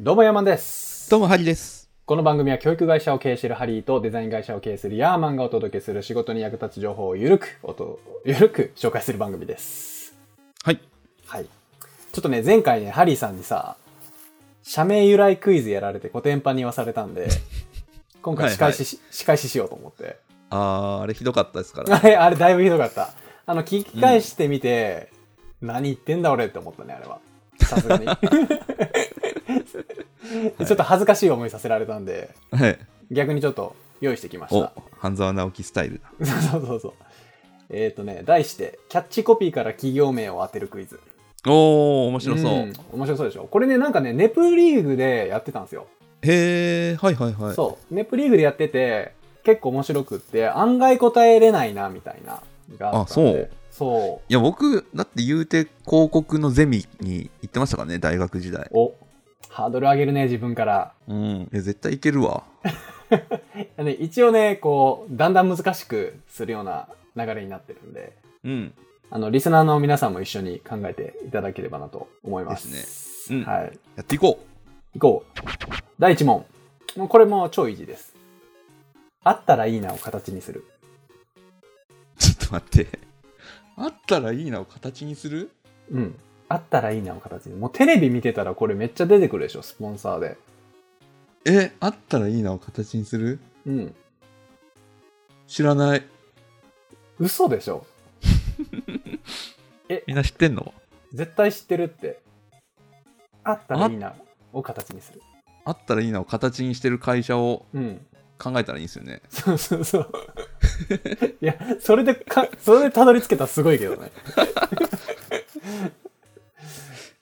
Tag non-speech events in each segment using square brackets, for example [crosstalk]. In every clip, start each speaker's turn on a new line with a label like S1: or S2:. S1: どうもヤーマンです。
S2: どうも、ハリです。
S1: この番組は教育会社を経営しているハリーとデザイン会社を経営するヤーマンがお届けする仕事に役立つ情報をゆるく、おと、 [laughs] ゆるく紹介する番組です。
S2: はい。
S1: はい。ちょっとね、前回ね、ハリーさんにさ、社名由来クイズやられてコテンパンに言わされたんで、今回仕返しし、仕返ししようと思って。
S2: あー、あれひどかったですから。
S1: あれ、あれだいぶひどかった。あの、聞き返してみて、何言ってんだ俺って思ったね、あれは。さすがに。 [laughs] ちょっと恥ずかしい思いさせられたんで、
S2: はい。
S1: 逆にちょっと用意してきまし
S2: お
S1: た。、
S2: 半沢直樹スタイルだ。
S1: [laughs] そうそうそうそう。えっ、とね、題して、キャッチコピーから企業名を当てるクイズ。
S2: おー、面白そう。
S1: ん面白そうでしょ。これね、なんかね、ネプリーグでやってたんですよ。
S2: へー、はいはいはい。
S1: そう。ネプリーグでやってて、結構面白くって、案外答えれないな、みたいな。がったんで。そう。
S2: いや、僕、だって言うて、広告のゼミに行ってましたからね、大学時代。
S1: おハードル上げるね、自分から。
S2: うん。え、絶対いけるわ。
S1: ね、一応ね、こう、だんだん難しくするような流れになってるんで、
S2: うん。
S1: あの、リスナーの皆さんも一緒に考えていただければなと思います。
S2: ですねうん
S1: はい。
S2: やっていこ
S1: 行こう。第1問。もうこれも超イージーです。あったらいいなを形にする。
S2: う。ちょっと待って。あったらいいなを形にする
S1: うん。あったらいいなを形に。もうテレビ見てたらこれめっちゃ出てくるでしょ、スポンサーで。
S2: え、あったらいいなを形にする
S1: うん。
S2: 知らない。
S1: 嘘でしょ。
S2: みんな知ってんの
S1: 絶対知ってるって。あったらいいなを形にする。
S2: あったらいいなを形にしてる会社を
S1: うん。
S2: 考えたらいいんですよね。
S1: そうそうそう。 [laughs] いや、それでか、それでたどり着けたらすごいけどね。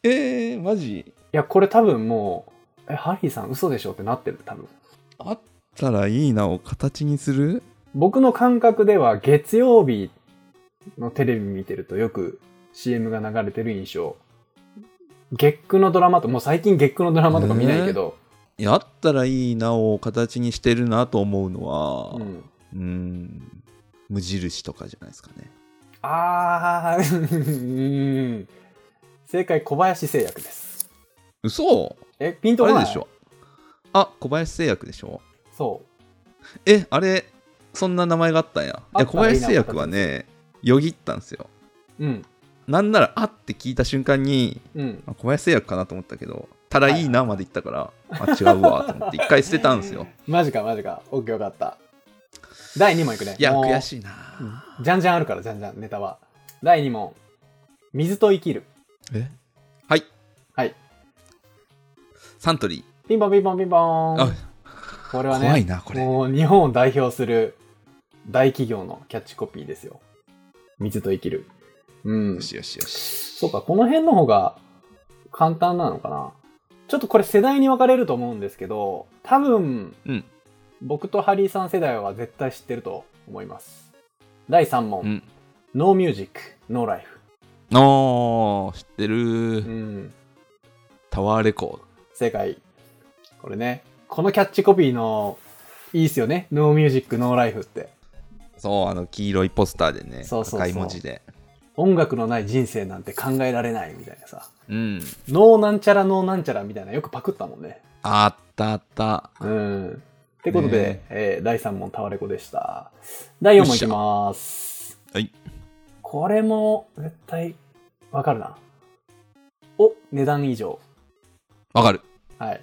S2: えー、マジ
S1: いや、これ多分もう、え、ハリーさん嘘でしょってなってる、多分。
S2: あったらいいなを形にする
S1: 僕の感覚では月曜日のテレビ見てるとよく CM が流れてる印象。月9のドラマと、もう最近月9のドラマとか見ないけど、
S2: いやあったらいいなを形にしてるなと思うのは、
S1: う。
S2: うんーん、無印とかじゃないですかね。
S1: あー、うん正解小林製薬です。
S2: 嘘
S1: え、ピンとこ
S2: あれ
S1: ない
S2: でしょあ、小林製薬でしょ
S1: そう。
S2: え、あれ、そんな名前があったんや。い
S1: あ
S2: や、
S1: った
S2: 小
S1: らいいな
S2: 林製薬はね、よぎったんですよ。
S1: うん。
S2: なんなら、あって聞いた瞬間に、
S1: うん。
S2: あ小林製薬かなと思ったけど、たらいいなまで言ったから、あ、違うわと思って、一回捨てたんですよ。
S1: マジかマジか。オッケーよかった。第2問いくね。
S2: いや、
S1: もう
S2: 悔しいな。
S1: じゃんじゃんあるから、じゃんじゃん、ネタは。第2問。水と生きる。
S2: えはい。
S1: はい。
S2: サントリ
S1: ピンポンピンポンピンポ
S2: ー。
S1: ー
S2: あ
S1: ン。、これはね、
S2: 怖いな、これ。
S1: もう日本を代表する大企業のキャッチコピーですよ。水と生きる。うん
S2: よ。しよしよし。
S1: そうか、この辺の方が簡単なのかな。ちょっとこれ世代に分かれると思うんですけど、多分、
S2: うん
S1: 僕とハリーさん世代は絶対知ってると思います。第3問。
S2: うん。
S1: ノーミュージック、ノーライフ。
S2: おー、知って
S1: う
S2: る。
S1: ん。
S2: タワーレコ
S1: 正解。これね、このキャッチコピーの、いいっすよね。ノーミュージック、ノーライフって。
S2: ード。そう、あの、黄色いポスターでね、
S1: そうそうそう
S2: 赤い文字で。
S1: 音楽のない人生なんて考えられないみたいなさ。
S2: うん。
S1: ノーなんちゃらノーなんちゃらみたいなよくパクったもんね。
S2: あったあった。
S1: うん。ってことで、
S2: ね
S1: えー第3問タワレコでした。第4問いきます。
S2: はい。
S1: これも絶対わかるな。お、値段以上。
S2: わかる。
S1: はい。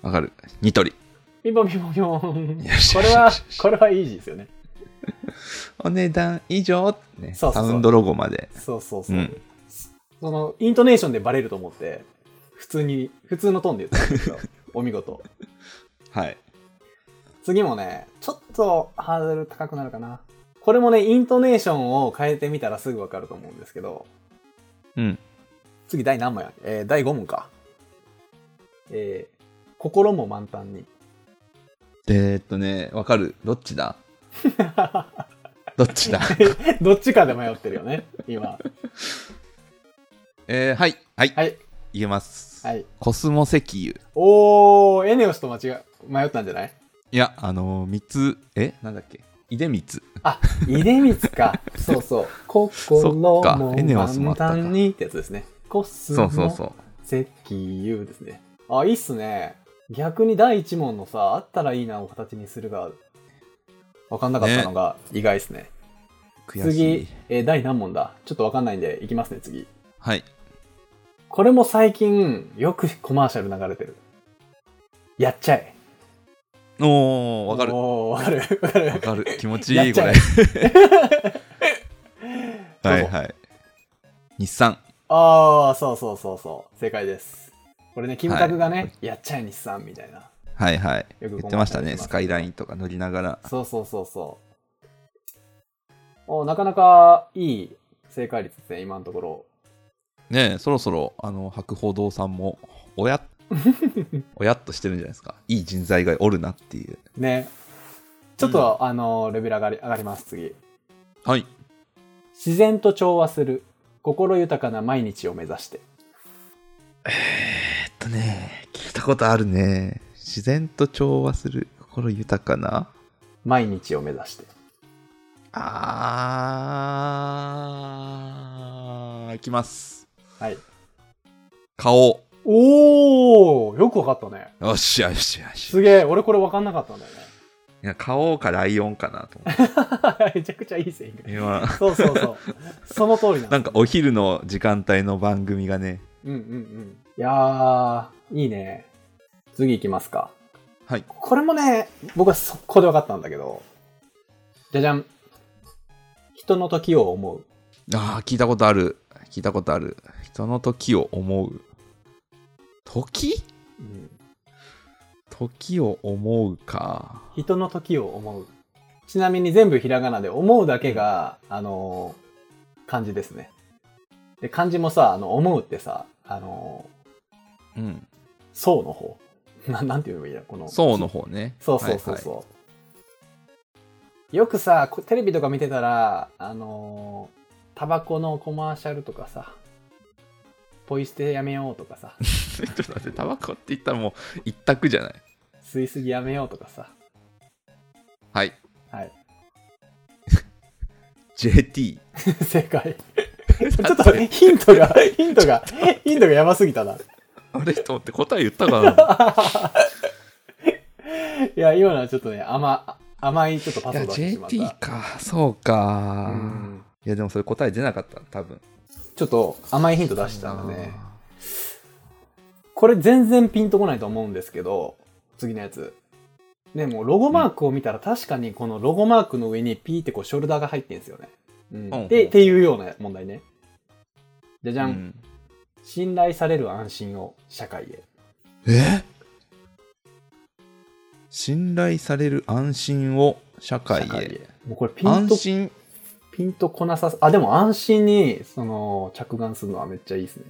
S2: わかる。ニトリ。
S1: ピンポンピンポンピンポン。
S2: よし
S1: これは
S2: よしよ、し
S1: これはイージーですよね。
S2: お値段以上、ね、
S1: そうそうそう
S2: サウンドロゴまで。
S1: そうそうそうう。
S2: ん。
S1: その、イントネーションでバレると思って、普通に、普通のトーンで言ったんです
S2: [laughs]
S1: けど、お見事。
S2: はい。
S1: 次もね、ちょっとハードル高くなるかな。これもね、イントネーションを変えてみたらすぐわかると思うんですけど、
S2: うん。
S1: 次第何問やえー、第5問か。えー、心も満タンに。 [laughs]
S2: えー、っとね、わかる。どっち
S1: [laughs]
S2: だどっちだ
S1: どっちかで迷ってるよね、今。
S2: えー、はい。はい。
S1: はい。
S2: 言えます。
S1: はい。
S2: コスモ石油。
S1: おー、エネオスと間違、迷ったんじゃない
S2: いや、あのー、三つ、えなんだっけ井出光。
S1: あ、出光
S2: [laughs]
S1: か。そうそう。心も
S2: そっかエネオスも
S1: 満
S2: あったか
S1: タンにってやつですね。コス
S2: そうそう
S1: モ
S2: そう。
S1: 石油ですね。あ、いいっすね。逆に第一問のさ、あったらいいなを形にするが、わかんなかったのが意外ですね。
S2: 悔しい
S1: 次。、えー第何問だちょっとわかんないんで、いきますね、次。
S2: はい。
S1: これも最近、よくコマーシャル流れてる。やっちゃえ。
S2: おー、わかる。
S1: おーわかる。わかる。
S2: わかる。気持ちい
S1: やっ
S2: い、こ
S1: ちゃ
S2: れ
S1: え。。
S2: は
S1: はい [laughs] い
S2: はい。日産。
S1: ああ、そうそうそうそう。正解です。これね、キムタクがね、
S2: はい
S1: やっちゃえ日産みたいな。
S2: はいはい。
S1: よく
S2: 言ってました
S1: ご
S2: ね。
S1: まかされてます
S2: スカイラインとか乗りながら。
S1: そうそうそうそう。おなかなかいい正解率ですね、今のところ。
S2: ねえそろそろ、あの、博報堂さんも、お
S1: [laughs]
S2: や、おやっとしてるんじゃないですか。いい人材がおるなっていう。
S1: ね。ちょっと、あの、レベル上がり上がります、次。
S2: はい。
S1: 自然と調和する。心豊かな毎日を目指して。
S2: えっとね、聞いたことあるね。自然と調和する心豊かな。
S1: 毎日を目指して。
S2: あー、いきます。
S1: はい。
S2: 顔。
S1: おーよくわかったね。
S2: よっしゃよっしゃよっしゃ。
S1: すげえ、俺これわかんなかったんだよ
S2: いや、顔かライオンかなと思って。
S1: ね。 [laughs] めちゃくちゃいい線いく。
S2: 今、 [laughs]
S1: そうそう [laughs] そう。その通りなんです
S2: なんかお昼の時間帯の番組がね。
S1: うんうんうん。いやー、いいね。次行きますか。
S2: はい。
S1: これもね、僕は速攻で分かったんだけど。じゃじゃん。人の時を思う。
S2: あー、聞いたことある。聞いたことある。人の時を思う。時
S1: うん、
S2: 時を思うか。
S1: 人の時を思う。ちなみに全部ひらがなで、思うだけが、あのー漢字ですね。で、漢字もさ、あの、思うってさ、あの
S2: うん。
S1: ー、そうの方。ななんて言えばいいや、この。
S2: そうの方ね。
S1: そうそうそうそう。
S2: はい
S1: よくさ、こテレビとか見てたら、あのータバコのコマーシャルとかさ、ポイ捨てやめようとか
S2: [laughs]
S1: さ、
S2: はいちょっと待って、タバコって言ったらもう一択じゃない。
S1: 吸いすぎやめようとかさ、
S2: はい。 [laughs]
S1: はい。
S2: JT。
S1: 正解。
S2: [laughs]
S1: ちょっとヒントが、ヒントが、ヒントがやばすぎたな。
S2: あれと思って答え言ったかな
S1: いや、今のはちょっとね、甘、甘いちょっとパ
S2: い
S1: スを
S2: や、
S1: 出してしまった。
S2: JT か。そうか。
S1: うん
S2: いや、でもそれ答え出なかった、多分。
S1: ちょっと甘いヒント出したんだね。これ全然ピンとこないと思うんですけど、次のやつ。ね、もうロゴマークを見たら確かにこのロゴマークの上にピーってこうショルダーが入ってんですよね。うん。
S2: うん
S1: で、っていうような問題ね。じゃじ
S2: う
S1: ゃん。
S2: ん。
S1: 信頼される安心を社会へ。
S2: え信頼される安心を社会へ。
S1: 社会へ。もうこれピン
S2: 安
S1: と、
S2: 心
S1: ピンとこなさす。あ、でも安心に、その、着眼するのはめっちゃいいですね。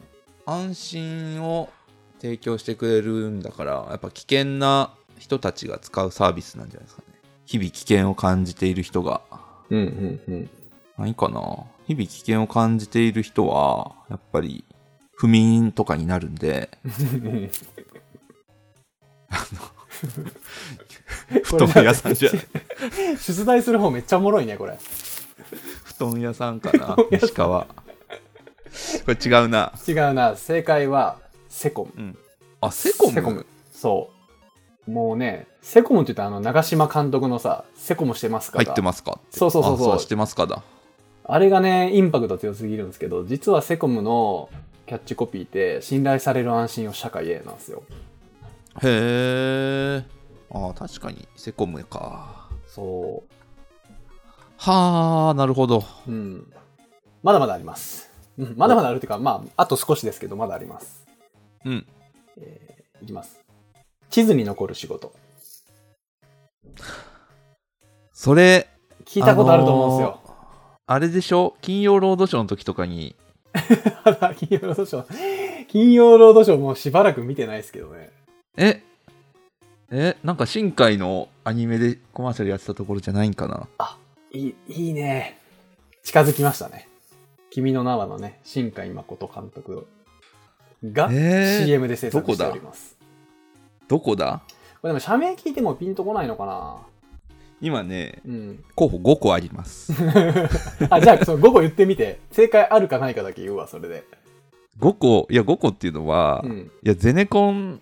S2: 安心を提供してくれるんだからやっぱ危険な人たちが使うサービスなんじゃないですかね日々危険を感じている人が
S1: うんうん
S2: [laughs]
S1: うん。
S2: 何かな日々危険を感じている人はやっぱり不眠とかになるんで [laughs] 布団屋さんじゃ
S1: [laughs] 出題する方めっちゃおもろいね、これ。
S2: 布団屋さんかな石川これ違うな
S1: 違うな。正解は、セコム。
S2: うんあセコム
S1: セコムそう。もうね、セコムって言ったら、あの、長嶋監督のさ、セコムしてますか
S2: 入
S1: ら。
S2: ってますかって
S1: そうそうそうそう
S2: あしてますかだ
S1: あれがね、インパクト強すぎるんですけど、実はセコムのキャッチコピーって、信頼される安心を社会へなんですよ。
S2: へえあ確かにセコムか
S1: そ
S2: はあ、なるほど。
S1: う。うん。まだまだあります。うん、まだまだあるっていうか、まあ、あと少しですけど、まだあります。
S2: うん。
S1: えーいきます。地図に残る仕事。
S2: それ、
S1: 聞いたことあると思うんですよ。
S2: あれでしょ金曜ロードショーの時とかに、
S1: [laughs] 金曜ロードショー。金曜ロードショーもうしばらく見てないですけどね。
S2: え、え、なんか新海のアニメでコマーシャルやってたところじゃないんかない
S1: い、いいね。近づきましたね。君の名はのね、新海誠監督が
S2: えー
S1: CM で制
S2: ど
S1: 作
S2: こ
S1: して
S2: だ
S1: おります。
S2: どこだ
S1: これでも社名聞いてもピンとこないのかな
S2: 今ね、
S1: うん。
S2: 候補5個あります。
S1: あ、じゃあその5個言ってみて、正解あるかないかだけ言うわ、それで。
S2: 5個、いや5個っていうのは、
S1: う
S2: い
S1: ん。
S2: や、ゼネコン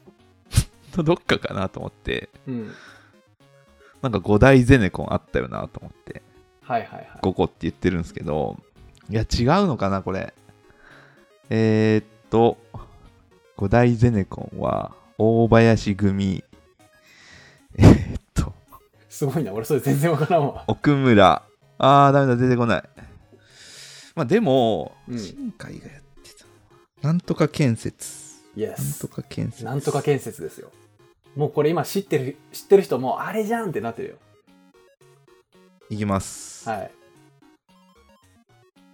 S2: のどっかかなと思って、
S1: うん。
S2: なんか5大ゼネコンあったよなと思って、
S1: はいはいはい。
S2: 5個って言ってるんですけど、いや、違うのかな、これ。えー、っと、5大ゼネコンは、大林組、えーっと、
S1: すごいな。俺それ全然わからんわ。
S2: 奥村。あー、ダメだ、出てこない。まあ、でも、
S1: うん
S2: 新海がやってた。なんとか建設。
S1: イエ
S2: なん
S1: ス
S2: と。か建設。
S1: なんとか建設ですよ。もうこれ今知ってる、知ってる人もうあれじゃんってなってるよ。
S2: いきます。
S1: はい。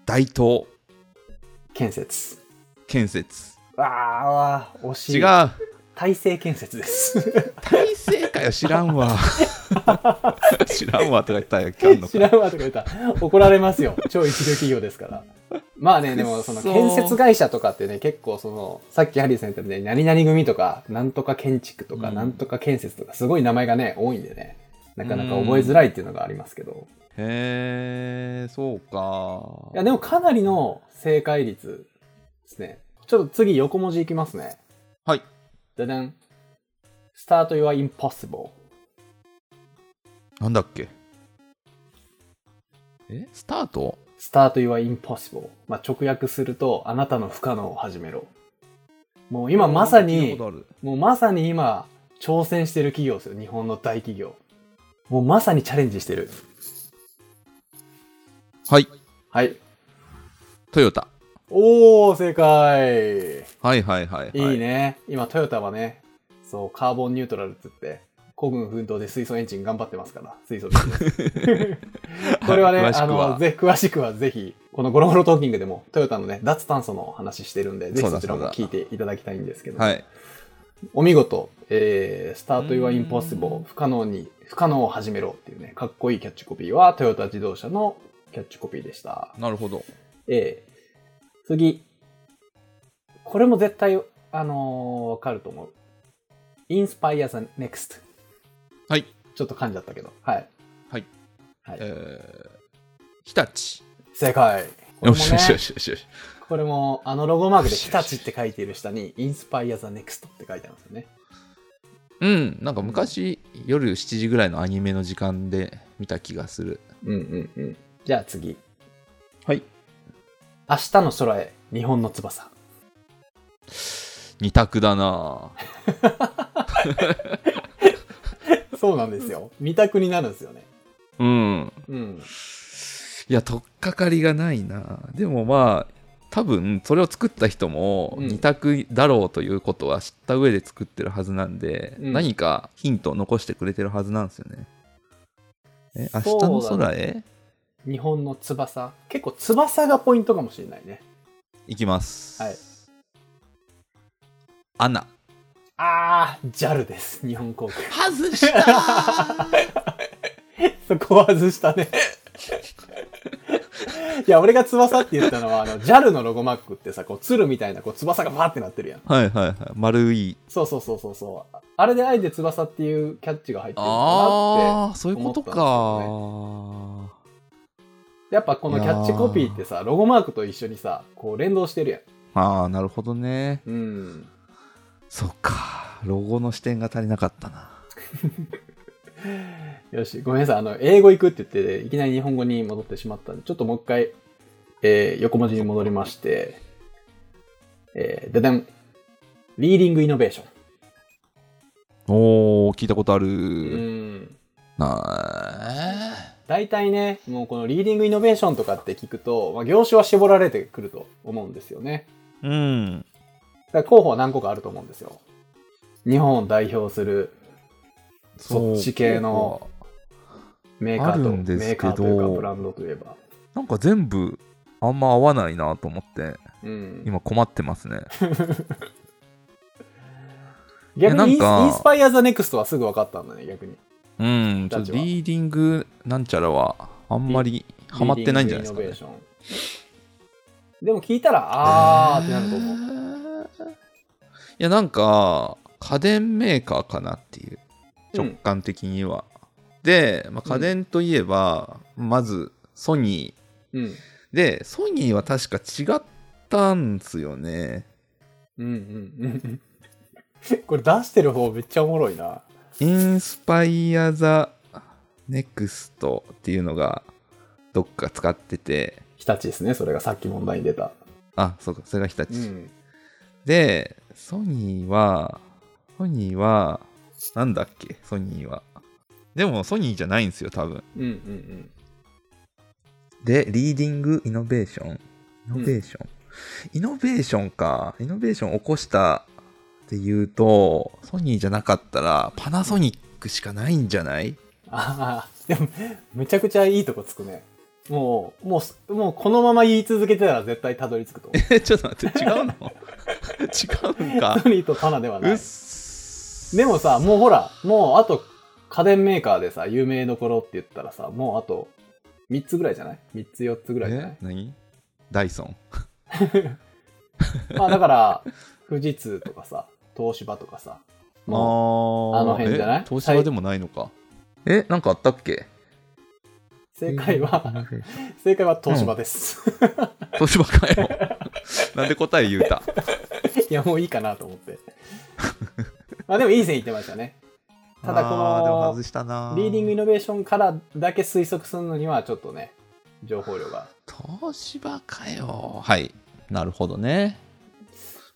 S2: 大東
S1: 建設。
S2: 建設。
S1: あー、惜しい。
S2: 違う。。
S1: 体制建設です。
S2: 体制かよ、知らん
S1: [laughs]
S2: わ。知らんわとか言ったらいかんの
S1: 知
S2: か。
S1: らんわとか言ったら怒られます
S2: [laughs]
S1: よ。超一流企業ですから。まあね、でもその
S2: くっそー
S1: 建設会社とかってね、結構その、さっきハリーさん言ったみたいに何々組とか、なんとか建築とか、
S2: うん
S1: なんとか建設とか、すごい名前がね、多いんでね、なかなか覚えづらいっていうのがありますけど。
S2: へえ、そうか。
S1: いや、でもかなりの正解率ですね。ちょっと次横文字いきますね。
S2: はい。
S1: ででん。start your impossible.
S2: なんだっけ。えスタート
S1: start your impossible. まあ、直訳すると、あなたの不可能を始めろ。もう今まさ
S2: 聞い
S1: に
S2: た、ことある
S1: もうまさに今、挑戦してる企業ですよ。日本の大企業。もうまさにチャレンジしてる。
S2: はい。
S1: はい。
S2: トヨタ。
S1: おー、正解。
S2: はいはいはい、はい
S1: いね。今、トヨタはね、そう、カーボンニュートラルっつって、孤軍奮闘で水素エンジン頑張ってますから、水
S2: [laughs]
S1: 素です。これはね、
S2: 詳し
S1: あ
S2: くは
S1: の、ぜ詳しくはぜひ、このゴロゴロトーキングでも、トヨタのね、脱炭素の話してるんで、ぜひ
S2: そうだ
S1: そちらも
S2: そうだ
S1: 聞いていただきたいんですけど、
S2: はい。
S1: お見事、えー、スタート・イワ・インポッシ
S2: う
S1: ブ
S2: ん
S1: ル、不可能に、不可能を始めろっていうね、かっこいいキャッチコピーは、トヨタ自動車のキャッチコピーでした。
S2: なるほど。
S1: えー、次。これも絶対、あのーわかると思う。inspire the next。
S2: はい。
S1: ちょっと噛んじゃったけど。はい。
S2: はい。
S1: はい
S2: えー、日立。
S1: 正解。これ
S2: よ
S1: も,、ね、
S2: しよしよしよしよし。
S1: これもあのロゴマークで
S2: よし
S1: 日立って書いている下に inspire the next って書いてあるんですよね。
S2: うん、なんか昔、夜7時ぐらいのアニメの時間で見た気がする。
S1: うんうんうん。じゃあ次。
S2: はい。
S1: 明日の空へ、日本の翼。
S2: 二択だなぁ
S1: そうなんですよ。見たくになるんですよね。
S2: うん。
S1: うん。
S2: いや、取っかかりがないなぁでもまあ、多分、それを作った人も、
S1: うん
S2: 二択だろうということは知った上で作ってるはずなんで、
S1: うん
S2: 何かヒントを残してくれてるはずなんですよね。え、明日の
S1: そうだ
S2: 空へ
S1: 日本の翼。結構翼がポイントかもしれないね。
S2: 行きます。
S1: はい。
S2: アナ。
S1: あー、JAL です。日本航空。
S2: 外したー
S1: [laughs] そこは外したね。 [laughs] いや、俺が翼って言ったのは、あの、JAL のロゴマークってさ、こう、鶴みたいな、こう、翼がバーってなってるやん。
S2: [laughs] はいはいはい。丸い。
S1: そうそうそうそうそう。あれであえて翼っていうキャッチが入ってるのかなって。
S2: ああ、そういうことかー。
S1: やっぱこのキャッチコピーってさ、ロゴマークと一緒にさ、こう、連動してるやん。
S2: ああ、なるほどね。
S1: うん。
S2: そっか。ロゴの視点が足りなかったな。
S1: よし、ごめんなさい。あの、英語行くって言って、いきなり日本語に戻ってしまったんで、ちょっともう一回、えー横文字に戻りまして、えー、ででん、リーディングイノベーション。
S2: おー、聞いたことある。
S1: うん。
S2: な
S1: 大体ね、もうこのリーディングイノベーションとかって聞くと、まあ、業種は絞られてくると思うんですよね。
S2: ーうん。
S1: だから候補は何個かあると思うんですよ。日本を代表するそっち系のメーカ
S2: あ
S1: ー
S2: る
S1: と、
S2: んです
S1: メ
S2: け
S1: ーカ
S2: ど
S1: ーというかブランドといえば。
S2: そう。なんか全部、あんま合わないなと思って、
S1: うん。
S2: 今困ってま
S1: [laughs]
S2: すね。
S1: 逆にイン
S2: いやなんか
S1: インスパイアザネクストはすぐ分かったんだね、逆に。
S2: うん、ちょっとリーディングなんちゃらは、あんまりハマってないんじゃないですか、ね。
S1: リーディングイノベーションでも聞いたら、あーってなると思う。
S2: 思う。いや、なんか、家電メーカーかなっていう、
S1: うん
S2: 直感的には。で、まあ、家電といえば、まず、ソニ
S1: うん。
S2: ー。で、ソニーは確か違ったんすよね。
S1: うんうんうん。 [laughs] これ出してる方めっちゃおもろいな。
S2: インスパイア・ザ・ネクストっていうのがどっか使ってて、
S1: 日立ですね、それがさっき問題に出た。
S2: あ、そうか、それが日
S1: う
S2: 立。
S1: ん。
S2: で、ソニーは、ソニーは、なんだっけ、ソニーは。でも、ソニーじゃないんですよ、多分。
S1: うんうんうん。
S2: で、リーディング・イノベーション。イノベーション。イノベーションか。イノベーション起こしたっていうと、ソニーじゃなかったら、パナソニックしかないんじゃない [laughs]
S1: ああ、でも、めちゃくちゃいいとこつくね。もう、もう、もうこのまま言い続けてたら絶対たどり着くと思う。
S2: え、ちょっと待って、違うの [laughs] 違
S1: [laughs]
S2: うんか
S1: ソ。ニーとタナではな
S2: うっ
S1: い。
S2: す。
S1: でもさ、もうほら、もうあと家電メーカーでさ、有名どころって言ったらさ、もうあと3つぐらいじゃない ?3 つ4つぐらいじゃない
S2: え何ダイソン。
S1: まあだから、富士通とかさ、東芝とかさ、
S2: あ
S1: も
S2: ー
S1: あの辺じゃない
S2: え東芝でもないのか。え、なんかあったっけ
S1: う正解は、正解は東芝です。
S2: 東芝かよ。 [laughs] なんで答え言うた。
S1: いや、もういいかなと思って。まあでもいい線いってましたね。ただこ
S2: あーでも
S1: の
S2: 外、したな。
S1: リーディングイノベーションからだけ推測するのにはちょっとね、情報量が。
S2: 東芝かよ。はい。なるほどね。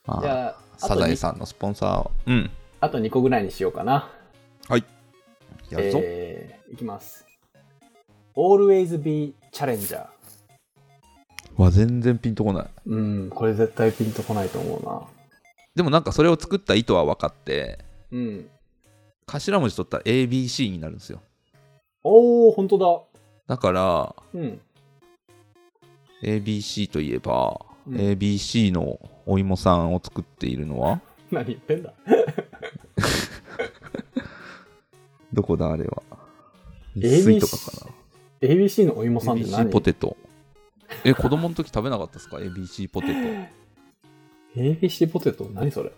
S2: ま
S1: じ
S2: あ、
S1: ゃあ、あ
S2: サ
S1: と
S2: ザエ
S1: に
S2: さんのスポンサーを。うん。
S1: あと2個ぐらいにしようかな。
S2: やるぞ。
S1: えーいきます。Always be challenger。
S2: わ、全然ピンとこない。
S1: うん、これ絶対ピンとこないと思う
S2: でもなんかそれを作った意図は分かって、
S1: な。うん。
S2: 頭文字取ったら ABC になるんですよ。
S1: おー、本当
S2: だか
S1: だ。
S2: ら、
S1: うん。
S2: ABC といえば、
S1: うん
S2: ABC のお芋さんを作っているのは
S1: 何言ってんだ。
S2: どこだあれは
S1: ABC
S2: 水とかか
S1: ABC のお芋
S2: な
S1: さんって何
S2: ABC ポテトえ子供の時食べなかったですか ABC ポテト
S1: [laughs] ABC ポテト何それ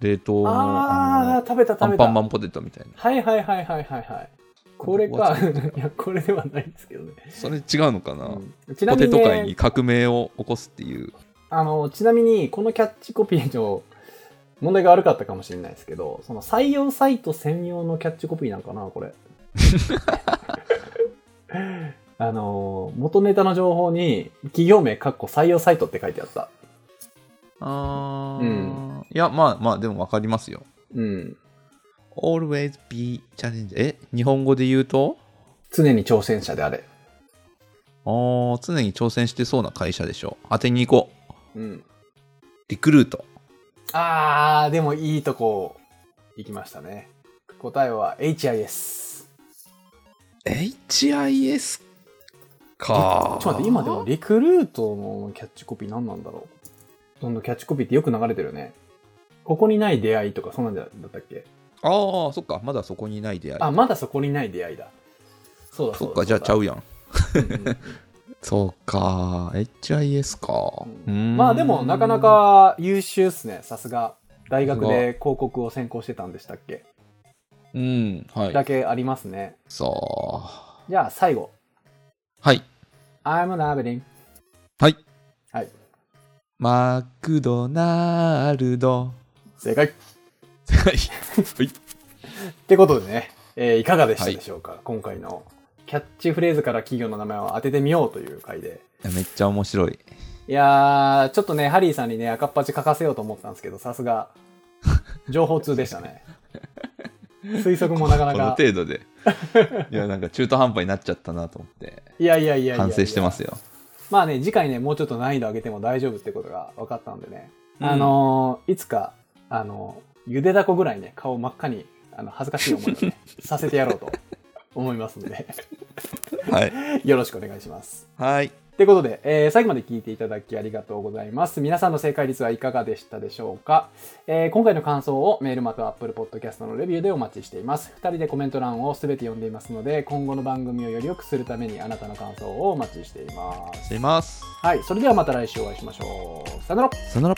S2: 冷凍の
S1: あ
S2: あ
S1: ー、食べた
S2: のア
S1: 食べた。
S2: ンパンマンポテトみたいな
S1: はいはいはいはいはいはい。これか。いや、これではないですけどね。
S2: それ違うのかな、
S1: うんちな
S2: ポ
S1: み
S2: テ
S1: に
S2: ト界
S1: ね、
S2: に革命を起こすっていう
S1: あの、ちなみに、このキャッチコピーの問題が悪かったかもしれないですけど、その採用サイト専用のキャッチコピーなんかな、これ。 [laughs] あの、元ネタの情報に、企業名、かっこ採用サイトって書いてあった。
S2: あ
S1: ー
S2: いやまあまあでも分かりますよ
S1: うん。
S2: Always be challenge え日本語で言うと
S1: 常に挑戦者であれ。
S2: あー常に挑戦してそうな会社でしょ当てに行こう
S1: うん。
S2: リクルート
S1: あー、でもいいとこ、行きましたね。答えは HIS。
S2: HIS か
S1: ちょっと待って、今でもリクルートのキャッチコピー何なんだろうどんどんキャッチコピーってよく流れてるよね。ここにない出会いとか、そんなんじゃだったっけ
S2: ああそっかまだそこにいない出会い
S1: あ、まだそこにない出会いだ。そうだ
S2: そ
S1: そ
S2: っ
S1: うだ。
S2: かじゃあちゃ
S1: う
S2: うやん
S1: だ。うんうん
S2: そうか HIS か
S1: うんまあでも、なかなか優秀っすね、さすが。大学
S2: さすが
S1: で広告を専攻してたんでしたっけ
S2: うんは
S1: だ
S2: い
S1: けありますね。
S2: そう
S1: じゃあ最後。
S2: はい
S1: I'm an Avery.
S2: はい
S1: はい。
S2: マクドナルド
S1: 正解。
S2: はい
S1: ってことでね、えーいかがでしたでしょうか、今回のキャッチフレーズから企業の名前を当ててみようという回で。
S2: いやめっちゃ面白い
S1: いやー、ちょっとね、ハリーさんにね、赤っ端書かせようと思ったんですけど、さす
S2: [laughs]
S1: が、情報通でしたね。推測もなかな
S2: この
S1: か。
S2: 程
S1: [laughs]
S2: 度でいやなんか中途半端になっちゃったなと思って
S1: いやいやいやいやいや
S2: 反省してますよ
S1: まあね、次回ね、もうちょっと難易度上げても大丈夫ってことが分かったんでね。
S2: うん
S1: あのーいつか、あのーゆでだこぐらいね、顔真っ赤に、あの、恥ずかしい思いを
S2: [laughs]
S1: ね、させてやろうと思いますんで、
S2: はい
S1: よろしくお願いします。
S2: はい
S1: ということで、えー最後まで聞いていただきありがとうございます。皆さんの正解率はいかがでしたでしょうか、えー今回の感想をメールまたは Apple Podcast のレビューでお待ちしています。2人でコメント欄を全て読んでいますので、今後の番組をより良くするためにあなたの感想をお待ちしています。
S2: しています
S1: はい、それではまた来週お会いしましょう。さよなら
S2: さよなら